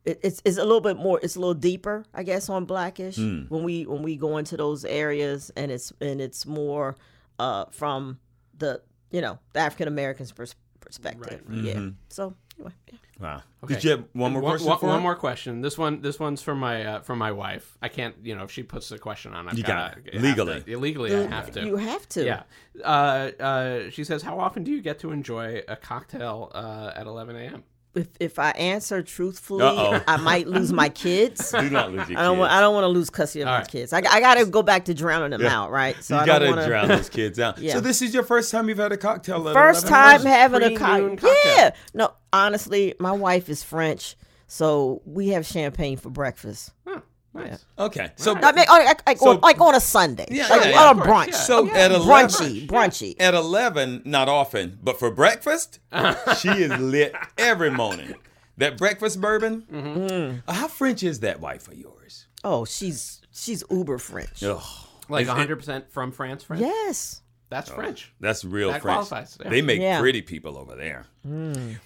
it- It's, it's a little bit more it's a little deeper I guess on blackish Hmm. when we when we go into those areas and it's and it's more uh from the you know the African Americans pers- perspective Mm-hmm. yeah so anyway yeah. Wow. Okay. Did you have one more one, question? one- for one her? more question. This one, this one's from my uh, from my wife. I can't, you know, if she puts a question on, I've You gotta- gotta- I have legally. to, illegally, I have to. you have to yeah. Uh, uh, she says, "How often do you get to enjoy a cocktail uh, at 11 a.m.?" if if I answer truthfully Uh-oh. I might lose my kids Do not lose your I don't kids. want I don't want to lose custody of my right. kids I, I got to go back to drowning them out right so you I gotta don't wanna, drown those kids out. Yeah. So this is your first time you've had a cocktail. At first 11? time having a pre-noon cocktail. cocktail. Yeah. No, honestly, my wife is French, So we have champagne for breakfast. Huh, nice. Okay. So I mean, like, like, So- on, like on a Sunday, Yeah, like, yeah, yeah, on of a course, brunch. yeah. So at eleven, brunchy, brunchy. at eleven, not often, but for breakfast, she is lit every morning. That breakfast bourbon. Mm-hmm. Uh, How French is that wife of yours? Oh, she's she's uber French. Ugh. Like 100% from France, French? Oh. Yes. That's French. That's real That French. qualifies, yeah. They make Yeah. Mm. pretty people over there.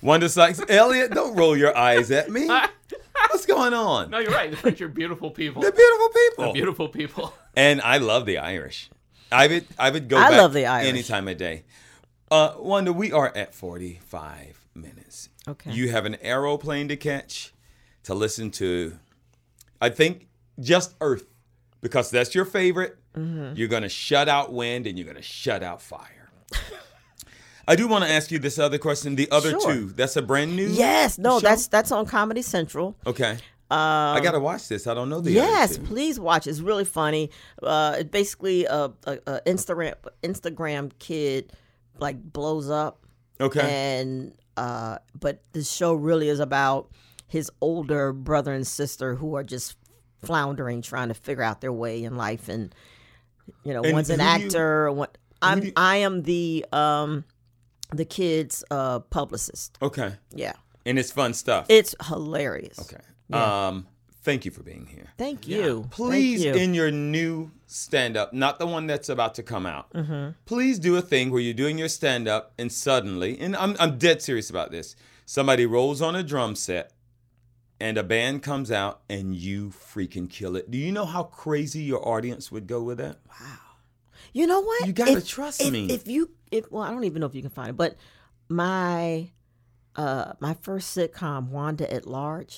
Wonder Sykes, Elliot, don't roll your eyes at me. What's going on? No, you're right. The French are beautiful people. They're beautiful people. beautiful people. And I love the Irish. I would I would go I back love the Irish. any time of day. Uh Wanda, we are at 45 minutes. Okay. You have an aeroplane to catch, to listen to I think just Earth, because that's your favorite. Mm-hmm. You're gonna shut out wind and you're gonna shut out fire. I do want to ask you this other question. The other Sure. two, that's a brand new. Yes. No, show? that's that's on Comedy Central. okay. I gotta watch this. I don't know the Um, Yes, other two. please watch. It's really funny. Uh, it's basically a, a, a Instagram Instagram kid like blows up, Okay. and uh, but the show really is about his older brother and sister who are just floundering, trying to figure out their way in life, and you know, And one's an who you- actor. One, I'm do you- I am the um the kid's uh publicist. okay. Yeah, And it's fun stuff. it's hilarious. Okay. Um, thank you for being here. Thank you. Thank Please, you. in your new stand up, not the one that's about to come Mm. out, Mm-hmm. please do a thing where you're doing your stand up and suddenly, and I'm, I'm dead serious about this, somebody rolls on a drum set and a band comes out and you freaking kill it. Do you know how crazy your audience would go with that? You know what? You gotta trust if- me. If you, if well, I don't even know if you can find it, but my, uh, my first sitcom, Wanda at Large.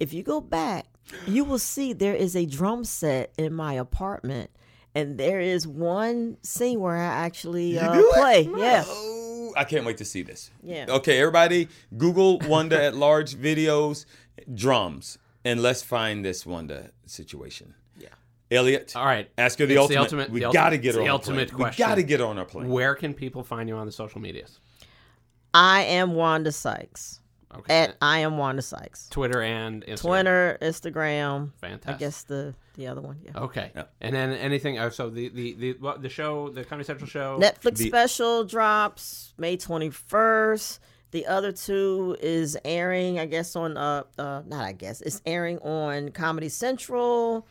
If you go back, you will see there is a drum set in my apartment, and there is one scene where I actually uh, do it? play. Yeah, Oh, I can't wait to see this. Yeah. Okay, everybody, Google Wanda at large videos, drums, and let's find this Wanda situation. Yeah. Elliot. All right. Ask her the, It's ultimate. We the gotta ultimate- get it's her on the a ultimate plane. question. We gotta get her on our plane. Where can people find you on the social medias? I am Wanda Sykes. Okay. At I am Wanda Sykes. Twitter and Instagram. Twitter, Instagram. Fantastic. I guess the the other one. Yeah. Okay. And then anything. Oh, so the the the what, the show, the Comedy Central show. Netflix The- special drops May 21st. The other two is airing, I guess, on uh, uh not I guess it's airing on Comedy Central.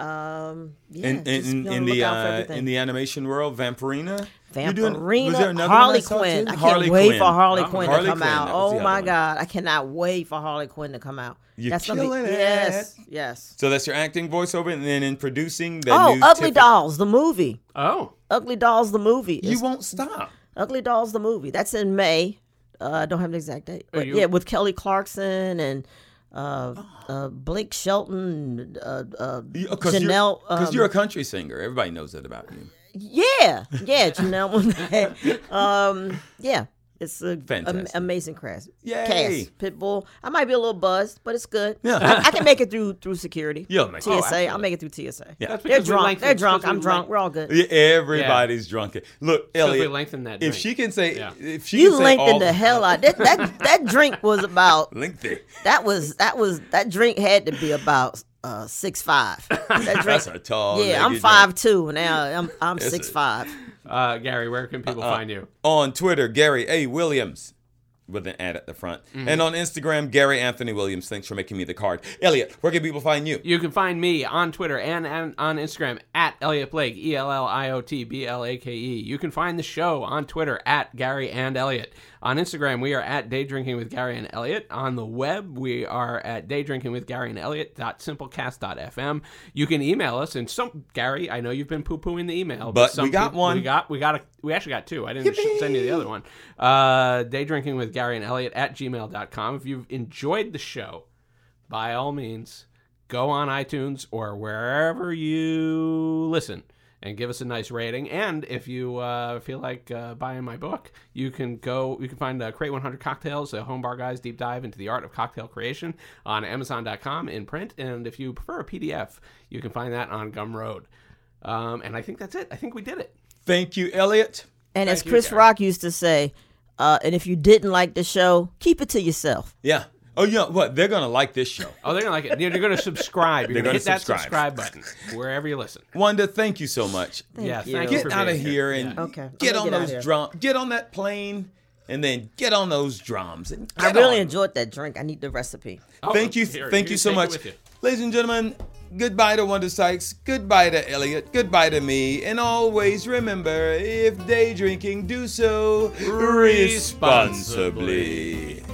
Um, yeah, In, in, just in, be on in the the lookout for uh, everything. in the animation world, Vampirina. You're doing- was there Vampirina, another one I Harley saw Quinn. too? I can't Harley wait Quinn. for Harley Oh, Quinn Harley to come Quinn, out. that was the Oh other my one. God, I cannot wait for Harley Quinn to come out. You're gonna killing it. Yes, yes. So that's your acting voiceover, and then in producing the Oh, new Ugly Tiff- Dolls, the movie. Oh. Ugly Dolls, the movie. You is won't stop. Ugly Dolls the movie. That's in May. Uh, I don't have an exact date, but you- yeah, with Kelly Clarkson and uh, uh, Blake Shelton, uh, uh, Because Janelle. you're, 'cause um, you're a country singer. Everybody knows that about you. yeah, yeah, Janelle. Monáe. um, yeah, it's a am- Fantastic. amazing cast. Yay. Cast Pitbull. I might be a little buzzed, but it's good. Yeah. I, I can make it through through security. You'll make it. TSA. Oh, I'll make it through TSA. Yeah. That's They're because we drunk. lengthened- They're drunk. because we I'm drunk. lengthened- We're all good. Yeah, Everybody's drunken. Look, we Elliot, lengthened that. if drink. she can say, Yeah. if she You can say all- lengthened the hell out. That that that drink was about lengthy. That was that was that drink had to be about uh six five. That drink. That's a tall. yeah, I'm legged five man. two now. I'm I'm That's six it. five. uh, Gary, where can people find you? On Twitter, Gary A. Williams. With an ad at the front. Mm-hmm. And on Instagram, Gary Anthony Williams. Thanks for making me the card. Elliot, where can people find you? You can find me on Twitter and, and on Instagram at Elliot Blake, E L L I O T B L A K E. You can find the show on Twitter at Gary and Elliot. On Instagram, we are at Day Drinking with Gary and Elliot. On the web, we are at Day Drinking with Gary and Elliot. Simplecast.fm. You can email us and some Gary. I know you've been poo pooing the email, But we some got people- one. We got we got a, we actually got two. I didn't sh- send you the other one. Uh, Day Drinking with Gary and Elliot at gmail.com. If you've enjoyed the show by all means, go on iTunes or wherever you listen and give us a nice rating. And if you uh, feel like uh, buying my book, you can go. You can find uh, Create 100 Cocktails, a home bar guy's deep dive into the art of cocktail creation on Amazon.com in print. And if you prefer a PDF, you can find that on Gumroad. Um, and I think that's it. I think we did it. Thank you, Elliot. And as you, Chris Gary. Rock used to say, uh, and if you didn't like the show, keep it to yourself. Yeah. Oh yeah, what they're gonna like this show. Oh, they're gonna like it. They're gonna subscribe. You're They're gonna, gonna hit that subscribe. subscribe button wherever you listen. Wanda, thank you so much. yeah, you. thank you for Get out of being here and Yeah. Okay, I'm get gonna on get outta here. those drums. Get on that plane, and then get on those drums. And I get really on. enjoyed that drink. I need the recipe. Oh, Thank you, here, thank you you so take it much, with you. ladies and gentlemen. Goodbye to Wanda Sykes. Goodbye to Elliot. Goodbye to me. And always remember, if day drinking, do so responsibly.